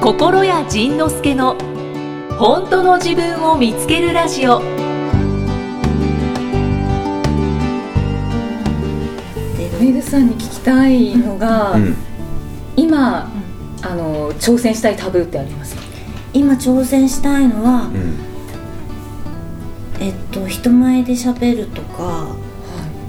心谷仁之助の本当の自分を見つけるラジオメグさんに聞きたいのが、うん今あの挑戦したいタブーってありますか今挑戦したいのはう、んえっと人前で喋るとか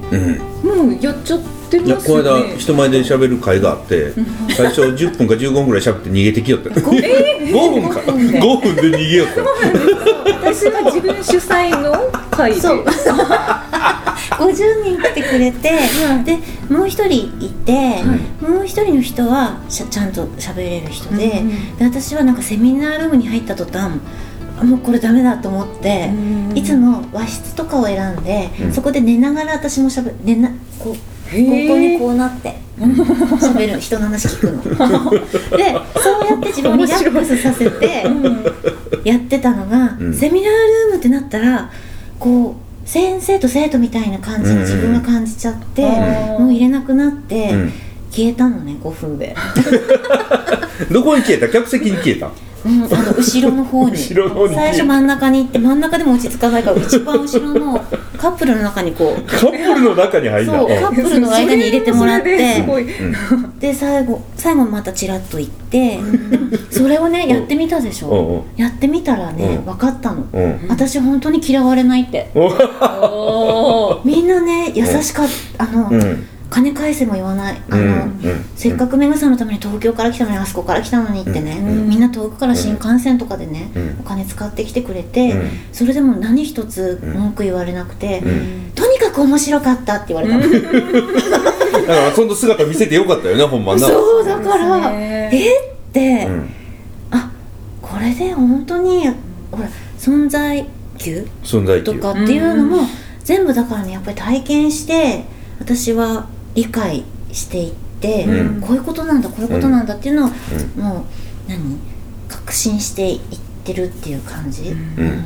うんもうやっちゃっていやますこよのね間人前で喋る会があって最初10分か15分ぐらい喋って逃げてきよった5分か5分で逃げよった私は自分主催の会でそう50人来てくれて、でもう一人いて、もう一人の人はしゃちゃんと喋れる人で,、うんうで私はなんかセミナールームに入った途端あもうこれダメだと思って、いつも和室とかを選んで、うんそこで寝ながら私もしゃべ寝なこうへここにえこうな って喋る人の話聞くのでそうやって自分をリラックスさせてやってたのが、うんセミナールームってなったらこう先生と生徒みたいな感じに自分が感じちゃって、うんもう入れなくなって、うん消えたのね5分で、どこに消えた客席に消えたうん、あの後ろの方に 後ろの方に最初真ん中に行って真ん中でも落ち着かないから一番後ろの カップルの中にこう。カップルの中に入んだそうカップルの間に入れてもらっそれ てもそれですごいうんで最後最後またチラッと行ってでもそれをねやってみたでしうんうょやってみたらねうん分かったのうん私本当に嫌われないっておーみんなね優しかったあの、うんうん金返せも言わないあうの、んうんせっかくメグさんのために東京から来たのにあそこから来たのにってね、うんみんな遠くから新幹線とかでね、うんお金使ってきてくれて、うんそれでも何一つ文句言われなくて、うんとにかく面白かったって言われたの、だからその姿見せてよかったよねほんまなそうだから、ねえって、うんあこれで本当にほら存在級存在と級かっていうのうも全部だからねやっぱり体験して私は理解していって、うんこういうことなんだこういうことなんだっていうのを、うもう何確信していってるっていう感じ、うんうん本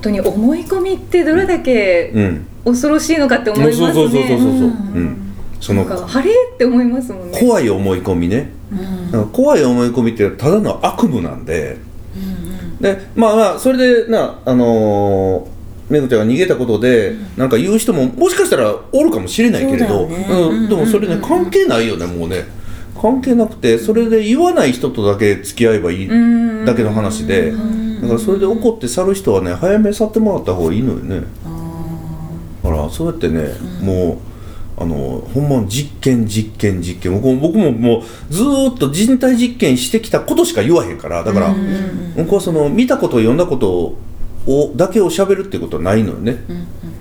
当に思い込みってどれだけうん恐ろしいのかって思いますそねうそうそうそうそうううんんそなのんか晴れって思いますもんね怖い思い込みねうんなんか怖い思い込みってただの悪夢なんでうんでまあまあそれでなあのー、めぐちゃんが逃げたことで、なんか言う人ももしかしたらおるかもしれないけれそどうだよねうんでもそれね、うんうん関係ないよねもうね関係なくてそれで言わない人とだけ付き合えばいいうんだけの話で、うんだからそれで怒って去る人はね早めに去ってもらった方がいいのよねだからそうやってね、もうあのほんま実験実験実験僕も僕ももうずーっと人体実験してきたことしか言わへんからだから、僕はその見たこと読んだことをだけを喋るってことはないのよね、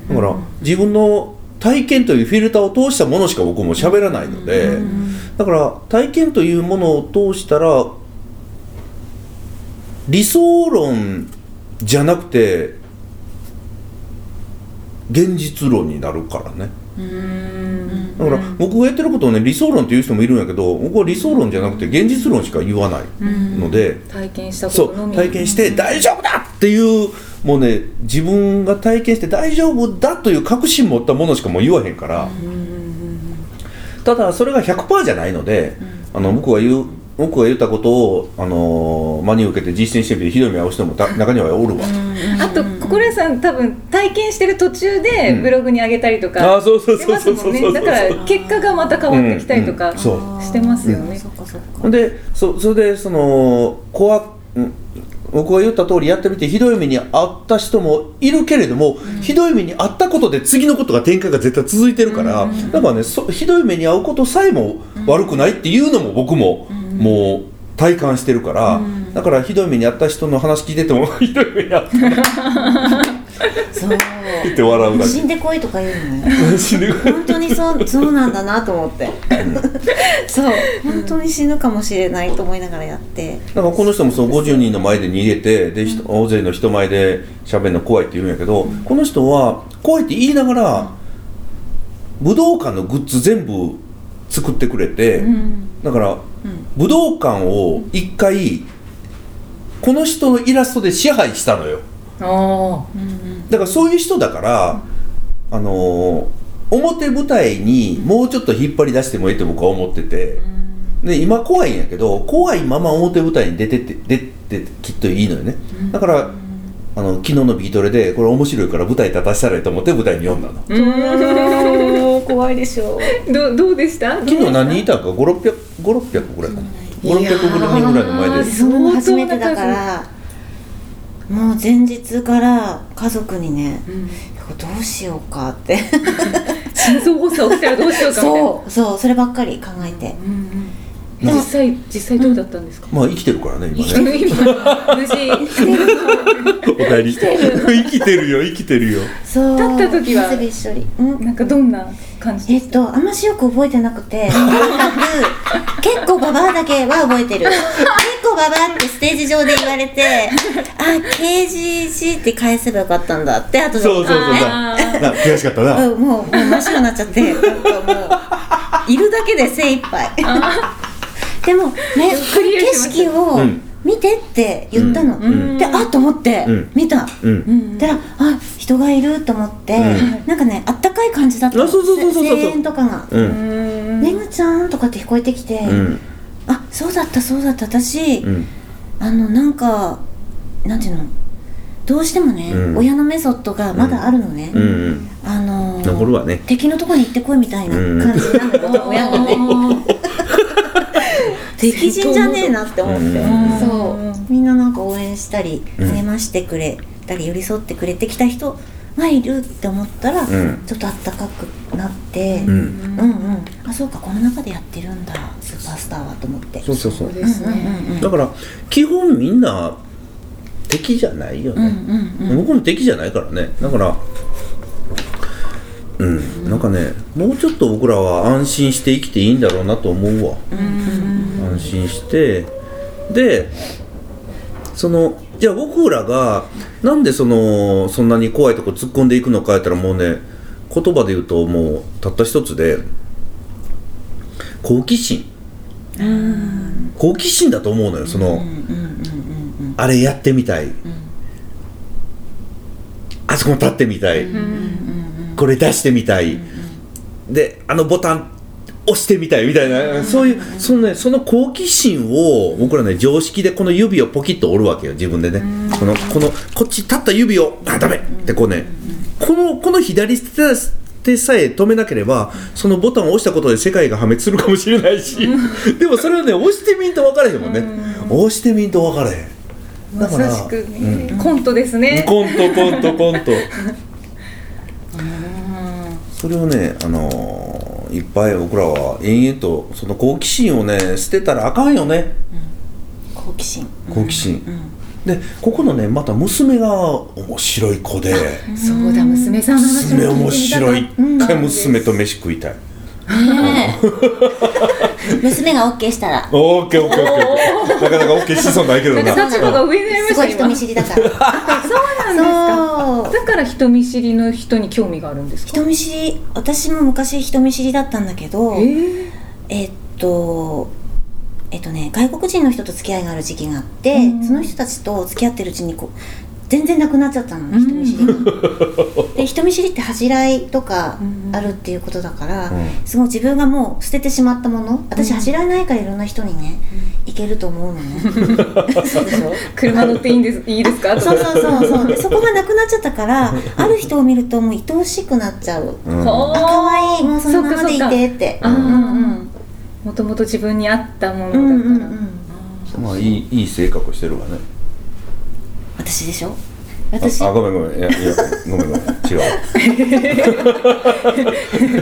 だから自分の体験というフィルターを通したものしか僕も喋らないので、だから体験というものを通したら理想論じゃなくて現実論になるからねうんだから僕がやってることをね理想論っていう人もいるんやけど僕は理想論じゃなくて現実論しか言わないので、体験したこそとのうみ体験して大丈夫だっていうもうね自分が体験して大丈夫だという確信持ったものしかもう言わへんから、ただそれが100%じゃないので、あの僕が言う僕が言ったことを、あのー真に受けて実践してみてひどい目をしてもた中にはおるわ、あと心屋さん多分体験してる途中でうんブログに上げたりとあかあそうそうしてそうまそすうそもんうねそうだから結果がまた変わってきたりとうかんそうしてますよねそっかそっかほんでそそれでその怖っん僕が言った通りやってみてひどい目に遭った人もいるけれども、ひどい目に遭ったことで次のことが展開が絶対続いてるから、だからねそひどい目に遭うことさえも悪くないっていうのも僕も、もう体感してるから、だからひどい目に遭った人の話聞いてても ひどい目に遭ったっ そうて笑うだ死んでこいとか言うのねけ 死ぬ本当にそうそうなんだなと思って そう本当に死ぬかもしれないと思いながらやってなんかこの人もその50人の前で逃げてで人大勢の人前で喋るの怖いって言うんやけど、この人は怖いって言いながら武道館のグッズ全部作ってくれて、だから武道館を一回この人のイラストで支配したのよあだからそういう人だから、あのー表舞台にもうちょっと引っ張り出してもいいって僕は思ってて。で今怖いんやけど怖いまま表舞台に出てって出てきっといいのよねだからあの昨日のビートレでこれ面白いから舞台立たせたらいいと思って舞台に呼んだのおー怖いでしょうどうどうでした昨日何人いたんか5600 5600ぐらいかな5600人ぐらいの前でその初めてだからもう前日から家族にねうんどうしようかって心臓発作起きたらどうしようかみたいなそうそうそればっかり考えてうんうんでも実際実際どうだったんですか、まあ生きてるからね今今ね無事 おかえり生きてるよ生きてるよそう立った時はすぐ一緒にうんなんかどんな感じえでっと、あんましよく覚えてなく て、とにかく、結構ババアだけは覚えてる。結構ババアってステージ上で言われて、あ、KGC って返せばよかったんだって、後で。そうそうそうそうあな悔しかったなうんもう、もう真っ白になっちゃって、なんかもう、いるだけで精一杯。でも、ね、クリアしま景した色をうん見てって言ったの。うんで、あと思ってうん、見た。うんうんたら、あ、人がいると思ってう、なんかね、あったかい感じだったの。あそうそうそうそうそう声援とかが。ううんん めぐちゃんとかって聞こえてきて、うんあそうだったそうだった私、うんあのなんかなんていうのどうしてもね、うん親のメソッドがまだあるのね、うんあのー残るわね敵のとこに行ってこいみたいな感じ なのよ、親がね敵人じゃねえなって思って、うんそうみんななんか応援したりうん励ましてくれたり寄り添ってくれてきた人がいるって思ったら、んちょっとあったかくなって、ううんんうんうん、あそうかこの中でやってるんだスーパースターはと思ってそうそうそそううですね、だから基本みんな敵じゃないようんうね、んうん僕も敵じゃないからねだからうん、なんかねもうちょっと僕らは安心して生きていいんだろうなと思うわ、安心してでそのじゃあ僕らがなんでそのそんなに怖いとこ突っ込んでいくのかやったらもうね言葉で言うともうたった一つで好奇心好奇心だと思うのよその、あれやってみたい、あそこに立ってみたい、これ出してみたい、であのボタン押してみたいみたいな、そういうその,、ね、その好奇心を僕らね常識でこの指をポキッと折るわけよ自分でね、このこのこっち立った指をあダメってこうね、このこの左手手さえ止めなければそのボタンを押したことで世界が破滅するかもしれないし、 でもそれをね押してみんと分からへんもんね、押してみんと分からへんまさしく、ねコントですねコントコントコントそれをねあのーいっぱい僕らは延々とその好奇心をね捨てたらあかんよね好奇心好奇心、でここのねまた娘が面白い子でそうだ娘さんの話娘面白いうん一回娘と飯食いたいねえ娘が OK したらオーケーオーケーオーケーなかなかオーケーしそうないけど なんかな立場が上になりますしたごい人見今知りだからそうなんそうですかだから人見知りの人に興味があるんですか人見知り私も昔人見知りだったんだけどええっとえっとね外国人の人と付き合いがある時期があって、うんその人たちと付き合ってるうちにこう全然なくなっちゃったの人見知り が、で人見知りって恥じらいとかあるっていうことだから、うんすごい自分がもう捨ててしまったもの私恥じらいないからいろんな人にね、いけると思うの ねそうでしょ 車乗っていいんですいいですかとそかうそうそうそうでそこがなくなっちゃったから ある人を見るともう愛おしくなっちゃううんあほ可愛いもうそのままでいてってあうーんもともと自分に合ったものうんうんうんだうから、んまあいいいい性格してるわね私でしょ私ああごめんごめんいやいやごめんごめん違う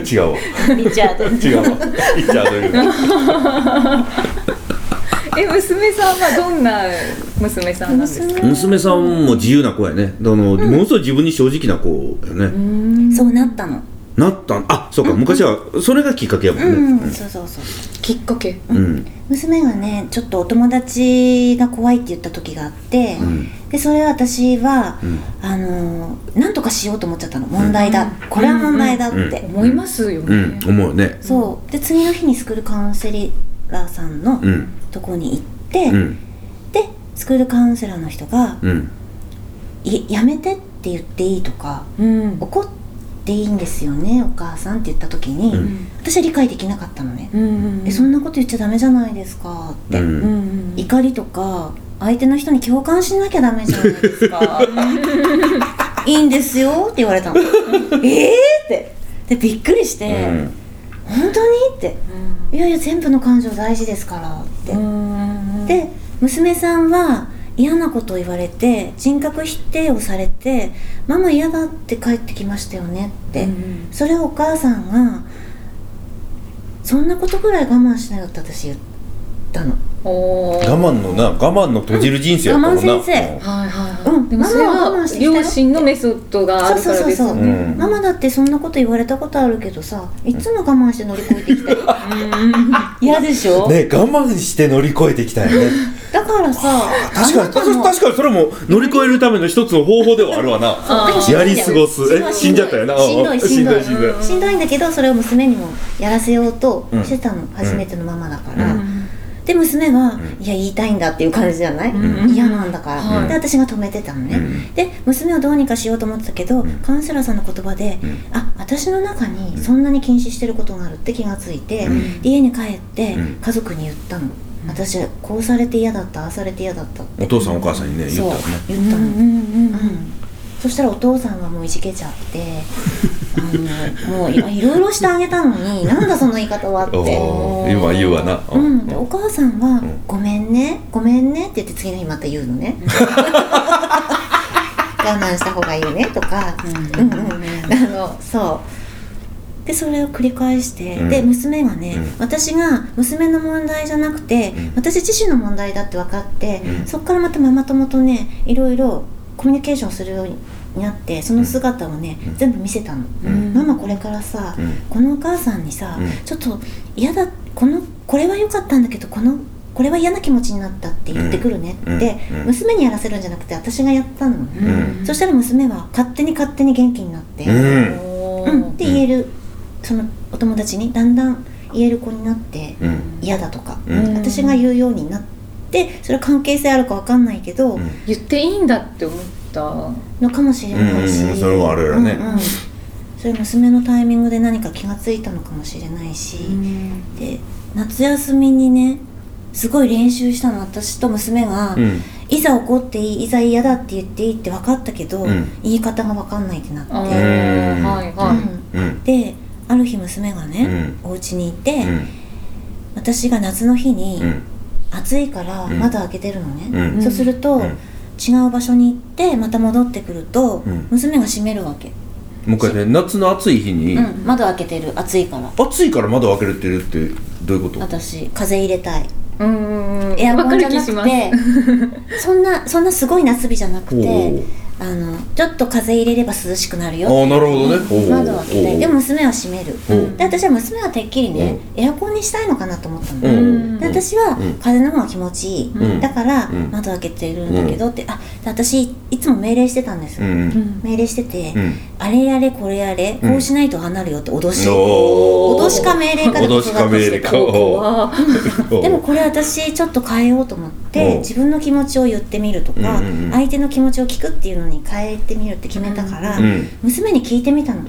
わ 違うわリチャード違うわ言っちゃうというかえ娘さんはどんな娘さんなんですか娘さんも自由な子やねあの、ものすごい自分に正直な子やね、そうなったのなったあそうか昔はそれがきっかけやもんねうんそうそうそうきっかけうんうん娘がねちょっとお友達が怖いって言った時があってうんでそれは私はうんあのーなんとかしようと思っちゃったの問題だこれは問題だっうんて思いますようね、ん思うよねそうで次の日にスクールカウンセラーさんのうんとこに行って、うんでスクールカウンセラーの人がうん「いやめて」って言っていいとかうん怒っっていいんですよねお母さんって言った時に、うん私は理解できなかったのね、うんえそんなこと言っちゃダメじゃないですかって、うんうんうん怒りとか相手の人に共感しなきゃダメじゃないです かいいんですよって言われたのええってでびっくりして、うん本当にっていやいや全部の感情大事ですからって、うんで娘さんは嫌なことを言われて人格否定をされて「ママ嫌だって帰ってきましたよね」って、うんそれをお母さんが「そんなことぐらい我慢しなよ」って私言ったのおー我慢のな我慢の閉じる人生やったもんな我慢先はいはいはい、うんでもそれママは我慢はしてきたよ両親のメソッドがあるからですよそううねんママだってそんなこと言われたことあるけどさいつも我慢して乗り越えてきたよ 嫌でしょ、ね我慢して乗り越えてきたよねだからさ確かにあなた確もかにそれも乗り越えるための一つの方法ではあるわなやり過ごすえ死んじゃったよなしんどいしんどいしんどいしんどいしんどいんだけどそれを娘にもやらせようとしてたの、初めてのママだから、うんで娘は、んいや言いたいんだっていう感じじゃない、うん嫌なんだから、うんで私が止めてたのね、うんで娘をどうにかしようと思ってたけど、んカウンセラーさんの言葉で、うんあ私の中にそんなに禁止してることがあるって気がついて、うん家に帰ってうん家族に言ったの、私こうされて嫌だったああされて嫌だったってお父さんお母さんにね言そうったのね言ったうの、んうんそしたらお父さんはもういじけちゃってあのもういいろいろしてあげたの になんだその言い方はって。おー今言うわなう、うんんでお母さんは、うんごめんねごめんね」って言って次の日また言うの ね 我慢した方がいいねとか、うんうんあのそうでそれを繰り返して、うんで娘がね、うん私が娘の問題じゃなくて、うん私自身の問題だって分かって、うんそこからまたママ友とねいろいろコミュニケーションするようになってその姿をね、うん全部見せたの、うんママこれからさ、うんこのお母さんにさ、うんちょっと嫌だこのこれは良かったんだけどこのこれは嫌な気持ちになったって言ってくるねって、うんうん娘にやらせるんじゃなくて私がやったの、うんそしたら娘は勝手に勝手に元気になって、うんおうんーって言える、そのお友達にだんだん言える子になって、うん嫌だとか、うん私が言うようになってそれは関係性あるかわかんないけど、うん言っていいんだって思ったのかもしれないし、うんうんそれはあれだねうんうんそれ娘のタイミングで何か気がついたのかもしれないし、で夏休みにねすごい練習したの私と娘が、うんいざ怒っていいいざ嫌だって言っていいって分かったけど、うん言い方が分かんないってなって、あーうんはいはうんである日娘がね、お家にいて、うん私が夏の日に、うん暑いからうん窓開けてるのね、うんそうすると、うん違う場所に行ってまた戻ってくると、うん娘が閉めるわけ、もう一回ね夏の暑い日にうん、窓開けてる暑いから暑いから窓開けれてるってどういうこと私風入れたいいうんエアコンじゃわかる気なくしますて そんなそんなすごい夏日じゃなくおてうあのちょっと風入れれば涼しくなるあよあなるほどねおう窓を開けおてうでも娘は閉めるおうで私は娘はてっきりねエアコンにしたいのかなと思ったの、おううんで私はうん風の方が気持ちいい、うんだからうん窓開けてるんだけどって、あで私いつも命令してたんですうよ、んうん命令してて、うんあれやれこれやれ、うんこうしないと離るよって脅し、おー脅しか命令かで子脅育しかて命して令かたおうわおうでもこれ私ちょっと変えようと思っおうて自分の気持ちを言ってみるとか、うんうんうん相手の気持ちを聞くっていうのに変えてみるって決めたから、うん娘に聞いてみたの、うあ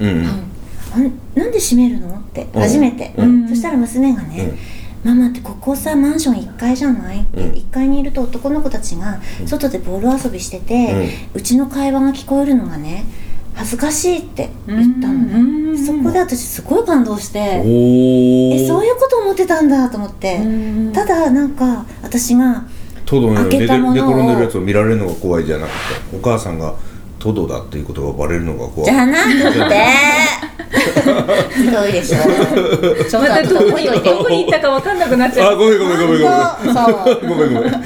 んなんで閉めるのってうん初めて、うんそしたら娘がね、ママってここさマンション1階じゃない?」って、うん1階にいると男の子たちが外でボール遊びしてて、うちの会話が聞こえるのがね恥ずかしいって言ったのね、うんそこで私すごい感動して、おえそうういうこと思ってたんだと思って、ただなんか私がトドの開けたものを寝て寝転んでるやつを見られるのが怖いじゃなくてお母さんがトドだっていうことがバレるのが「怖じいゃなく て」ひどいでしょちょっまとた後どでこ置いとにいてどこに行ったかわかんなくなっちゃあうごめんごめんごめんごめんそう ごめんごめんな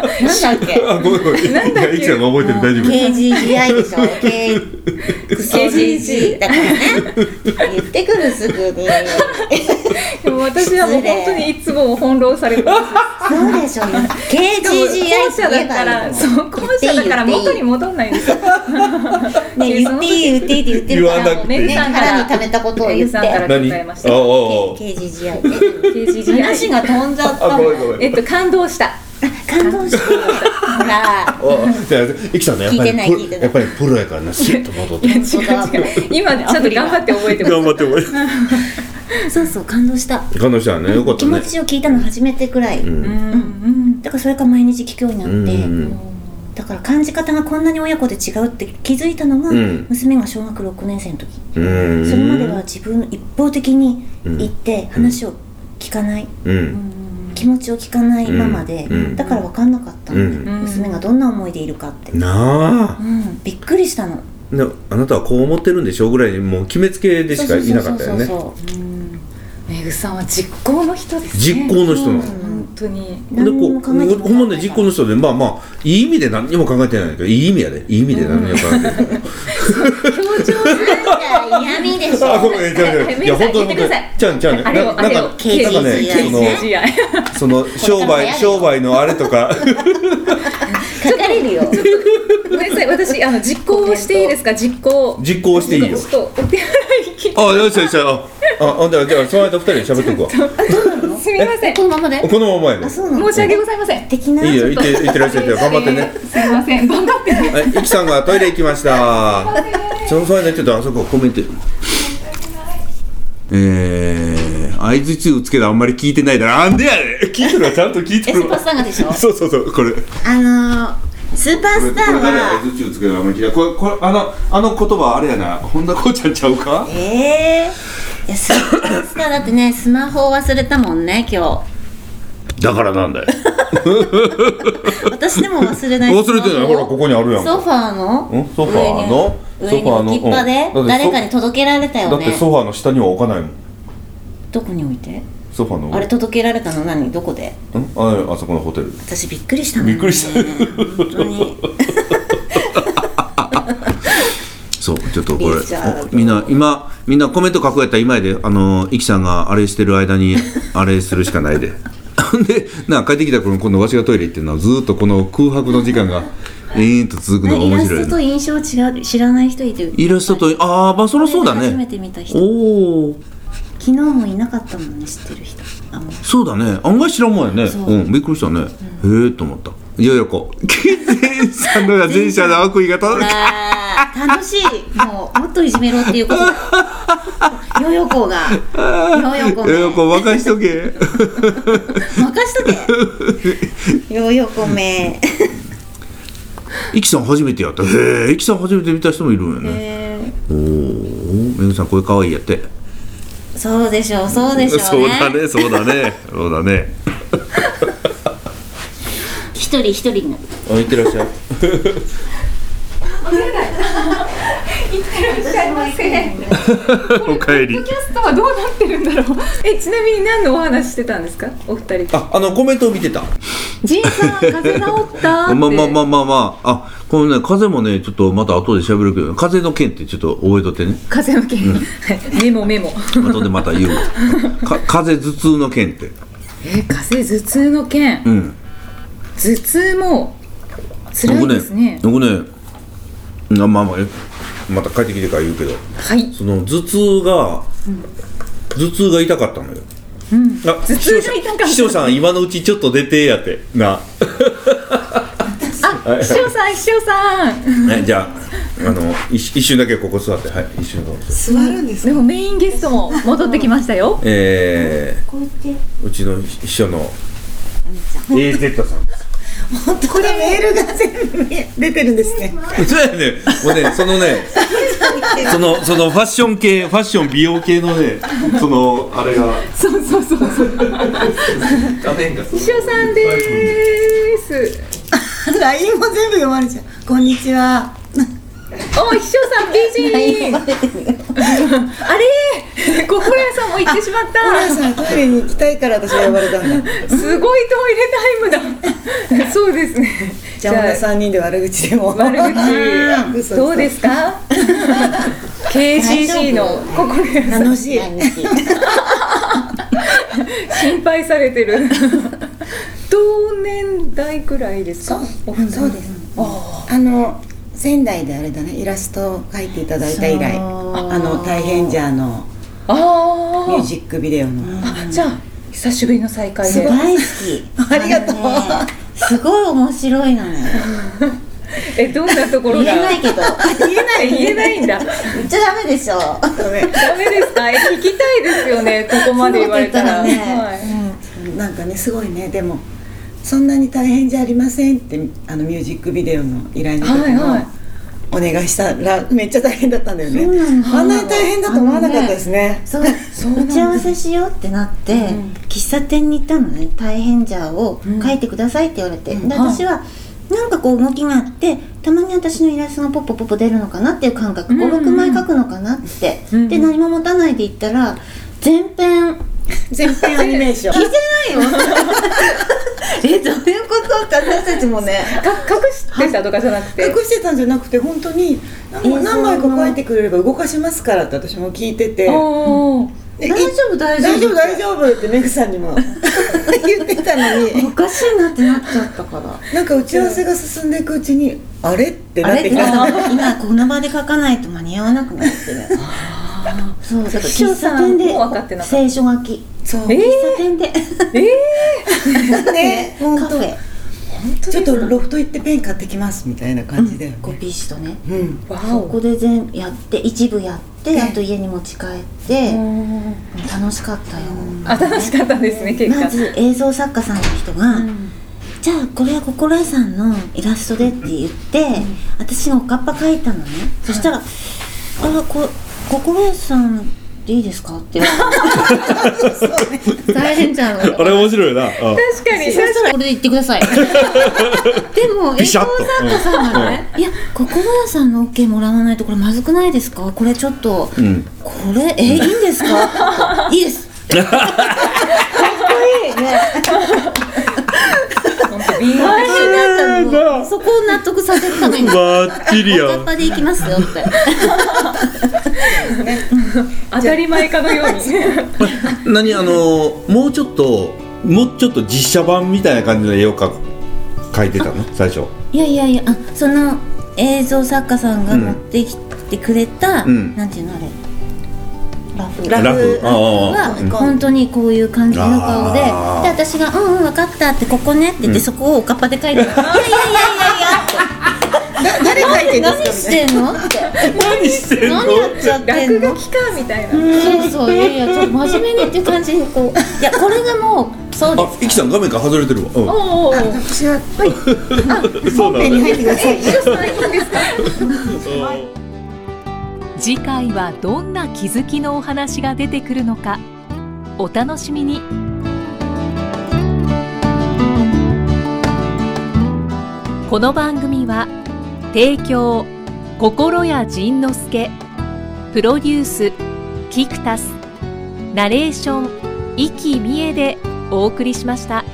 んだっ けあごめんごめんいなんだっやけいちゃんが覚えてる大丈夫 KGGI でしょ K クソ GG だからね言ってくるすぐにでも私はもう本当にいつも翻弄されてますそうでしょ KGGI 校舎って言えだばかいいらのそう校舎だから元に戻んないんですよね言っていい言っていいって言ってるから言わなくてね腹に溜めたことを言っさんかてら何答えましたあああ KGGI ね KGGI 話が飛んじゃっあたあもごんめんごめんえっと感動した感動してほらいきさんねやっぱ聞いてない聞いりてないプロやっぱりプロやからなシュッと戻っいや違てう違う今ちゃんと頑張って覚えてます頑張ってもらえそうそう感動した彼女はねよかった気ね持ちを聞いたの初めてくらい、うんうんうんだからそれが毎日聞くようになって、うんだから感じ方がこんなに親子で違うって気づいたのが、うん娘が小学6年生の時、うんそれまでは自分一方的にうん行って話を聞かない、うん気持ちを聞かないママで、うんだから分かんなかったの、うんうん娘がどんな思いでいるかって、うんなあびっくりしたのねあなたはこう思ってるんでしょうぐらいにもう決めつけでしかいなかったよねそうそうそうそううんめぐさんは実行の人ですね実行の人なのそう本当にで何にこもう考えてなかったほんまね実行の人でまあまあいい意味で何にも考えてないけどいい意味やでいい意味で何にも考えてないなんか嫌味でしあょごめんじゃあじゃあいや本当聞いてくださいちゃんちゃんねあれをあなれなをんか刑なんか事ね刑事その刑事やその商売商売のあれ とか書かれるよごめんなさい私あの実行をしていいですか実行実行していいよちょっとお手洗い行きあよしよしあああじゃあじゃあその間二人で喋っとくわすみませんこのままでこのままやねあそうなの申し訳ございません的ないいよちょっ行っとて行ってらっしゃいって頑張ってねすみません頑張ってねはい、いきさんがトイレ行きました。そのその間ちょっとあそこコメント。えー、相槌をつけたあんまり聞いてないだろ。なんでやねん聞いてるわ、ちゃんと聞いてえスるーパーわス。ターがでしょそうそうそう、これ。こあのー、スーパーれ、スこターれ誰は相槌をつけたあんまり聞いてない。これ、これ、あの、あの言葉あれやな。本田こうちゃんちゃうかええー、いやスーパースターだってねスマホを忘れたもんね今だからなんだよ。日私でも忘れない忘れてないほら、ここにあるやんか。ソファーのんソファーの上にソファ上ーのに置きっぱでうんだっ誰てそかに届けられただよっねてソファーの下には置かないもん。どこに置いてソファーの上。あれ届けられたの何どこでうんああそこのホテル。私びっくりしたもんねびっくりした本当にそうちょっとこれリチャードおみんな今みんなコメント書くやったら今やであのイキさんがあれしてる間にあれするしかないで でな帰ってきた頃今度わしがトイレ行ってるのはずーっとこの空白の時間が延々と続くのがイ面ラ白スいトとな印象違う知らない人いるイラストとああまあそりゃそうだ初めねて見た人おお昨日もいなかったもんね知ってる人あもうそうだね案外知らんもんやねそううんびっくりしたね、へえと思ったいやいや こう前者のが前者の悪意がほ届くらー楽しいもうもっといじめろっていう ことだヨヨコがヨヨコ いやいやこめう任しとけ任しと けヨヨコめイキさん初めてやったへえイキさん初めて見た人もいるんよねえーおーめぐさんこれ可愛いやってそうでしょうそうでしょそううねだねそうだねそうだね一人一人になるあいってらっしゃいおかえり キャストはどうなってるんだろうえちなみに何のお話してたんですかお二人ああのコメントを見てたジンさん風邪治ったっまあてまあまあまあまああこのね風もねちょっとまた後で喋るけど風の件ってちょっと覚えとってね風邪の件、はいメモメモ後でまた言うわか風頭痛の件ってえ風邪頭痛の件うん頭痛も辛いですね僕ね僕ねあまあまあえまた帰ってきてから言うけどはいその頭痛が、頭痛が痛かったのよ、あ頭痛が痛かった秘書さん今のうちちょっと出てやってなあ師匠さん師匠さんねじゃああの一一瞬だけここ座ってはい一瞬ここ座って座るんですでもメインゲストも戻ってきましたよえこうやってー、うちの秘書の AZ さんこれメールが全部出てるんですねそうやねもうねそのねそのそのファッション系ファッション美容系のねそのあれが そうそうそうそう画面が師匠さんでーす LINE も全部読まれちゃうこんにちはお秘書さん美人あれ心屋さんも行ってしまっホラ ンたさんトイレに行きたいから私は呼ばれたんだすごいトイレタイムだそうですね じゃあ女三人で悪口でも悪 嘘口嘘どうですか KCC の心屋さん楽しい毎日心配されてる同年代くらいですかお二人 そうですあの仙台であれだねイラストを描いていただいた以来そうあの大変じゃあのあミュージックビデオのあじゃあ久しぶりの再会大で好き ありがとうのねすごい面白いのよえどんなところ言がえないけど言えない言えないんだ言っちゃダメでしょダメですかえ聞きたいですよねここまで言われたそらんなこと言ったらはいなんかねすごいねでもそんなに大変じゃありませんってあのミュージックビデオの依頼の時も、はいはいお願いしたらめっちゃ大変だったんだよねあんなに大変だと思わなかったですねそう打ち合わせしようってなって、喫茶店に行ったのね「大変じゃ」を書いてくださいって言われて、ではい私はなんかこう動きがあってたまに私のイラストがポッポポッポ出るのかなっていう感覚うんうん56枚書くのかなって、うんうんで何も持たないで行ったら前編全編アニメーション聞い てないよえどういうことって私たちもねか隠してたとかじゃなくて隠してたんじゃなくて本当に何映像何枚か書いてくれれば動かしますからって私も聞いてておーで大丈夫大丈夫大丈夫大丈夫ってメグさんにも言ってたのにおかしいなってなっちゃったからなんか打ち合わせが進んでいくうちにあれってあなっれてってき今たこの場で書かないと間に合わなくなってるそうだから視聴喫者茶店でも分かってなかった聖書書きそうえね喫茶店で本カフ当ェちょっとロフト行ってペン買ってきますみたいな感じだよコピー紙とねうんわそこで全やって一部やってあと家に持ち帰ってお楽しかったよあ楽しかったですね結果まず映像作家さんの人が、じゃあこれは心得さんのイラストでって言って、私がおかっぱ描いたのね、そしたら「あらこ心得さんでいいですか?」 って言われて大変じ ゃんあれ面白いなうん確かにそしたらこれで言ってくだ さいでも映ビシ像ャッと作家さんがね「いや心得さんの OK もらわないとこれまずくないですかこれちょっと、うんこれえいいんです かいいです」本当ビー大変だったうのんそこを納得させるためにバッチリやおかっぱで行きますよって当たり前かのよ うに何あのもうちょっともうちょっと実写版みたいな感じの絵を描く描いてたの最初いやいやいやあその映像作家さんが持ってきてくれた、うんなんていうのあれラフラフああはああうん本当にこういう感じの顔でであー私が「うんうん分かった」って「ここね」って言って、そこをおかっぱで書いて「いやいやいやいだ誰書いてるんや何ですしてんの?」って何してんの何やっちゃってん落の書きかみたいなそうそういやいやちょっと真面目にっていう感じにこういやこれがもうそうであすイキさん画面から外れてるわうんおおか私はそうなペンにの入ってください次回はどんな気づきのお話が出てくるのかお楽しみにこの番組は提供心谷仁之助プロデュースキクタスナレーション生きみえでお送りしました。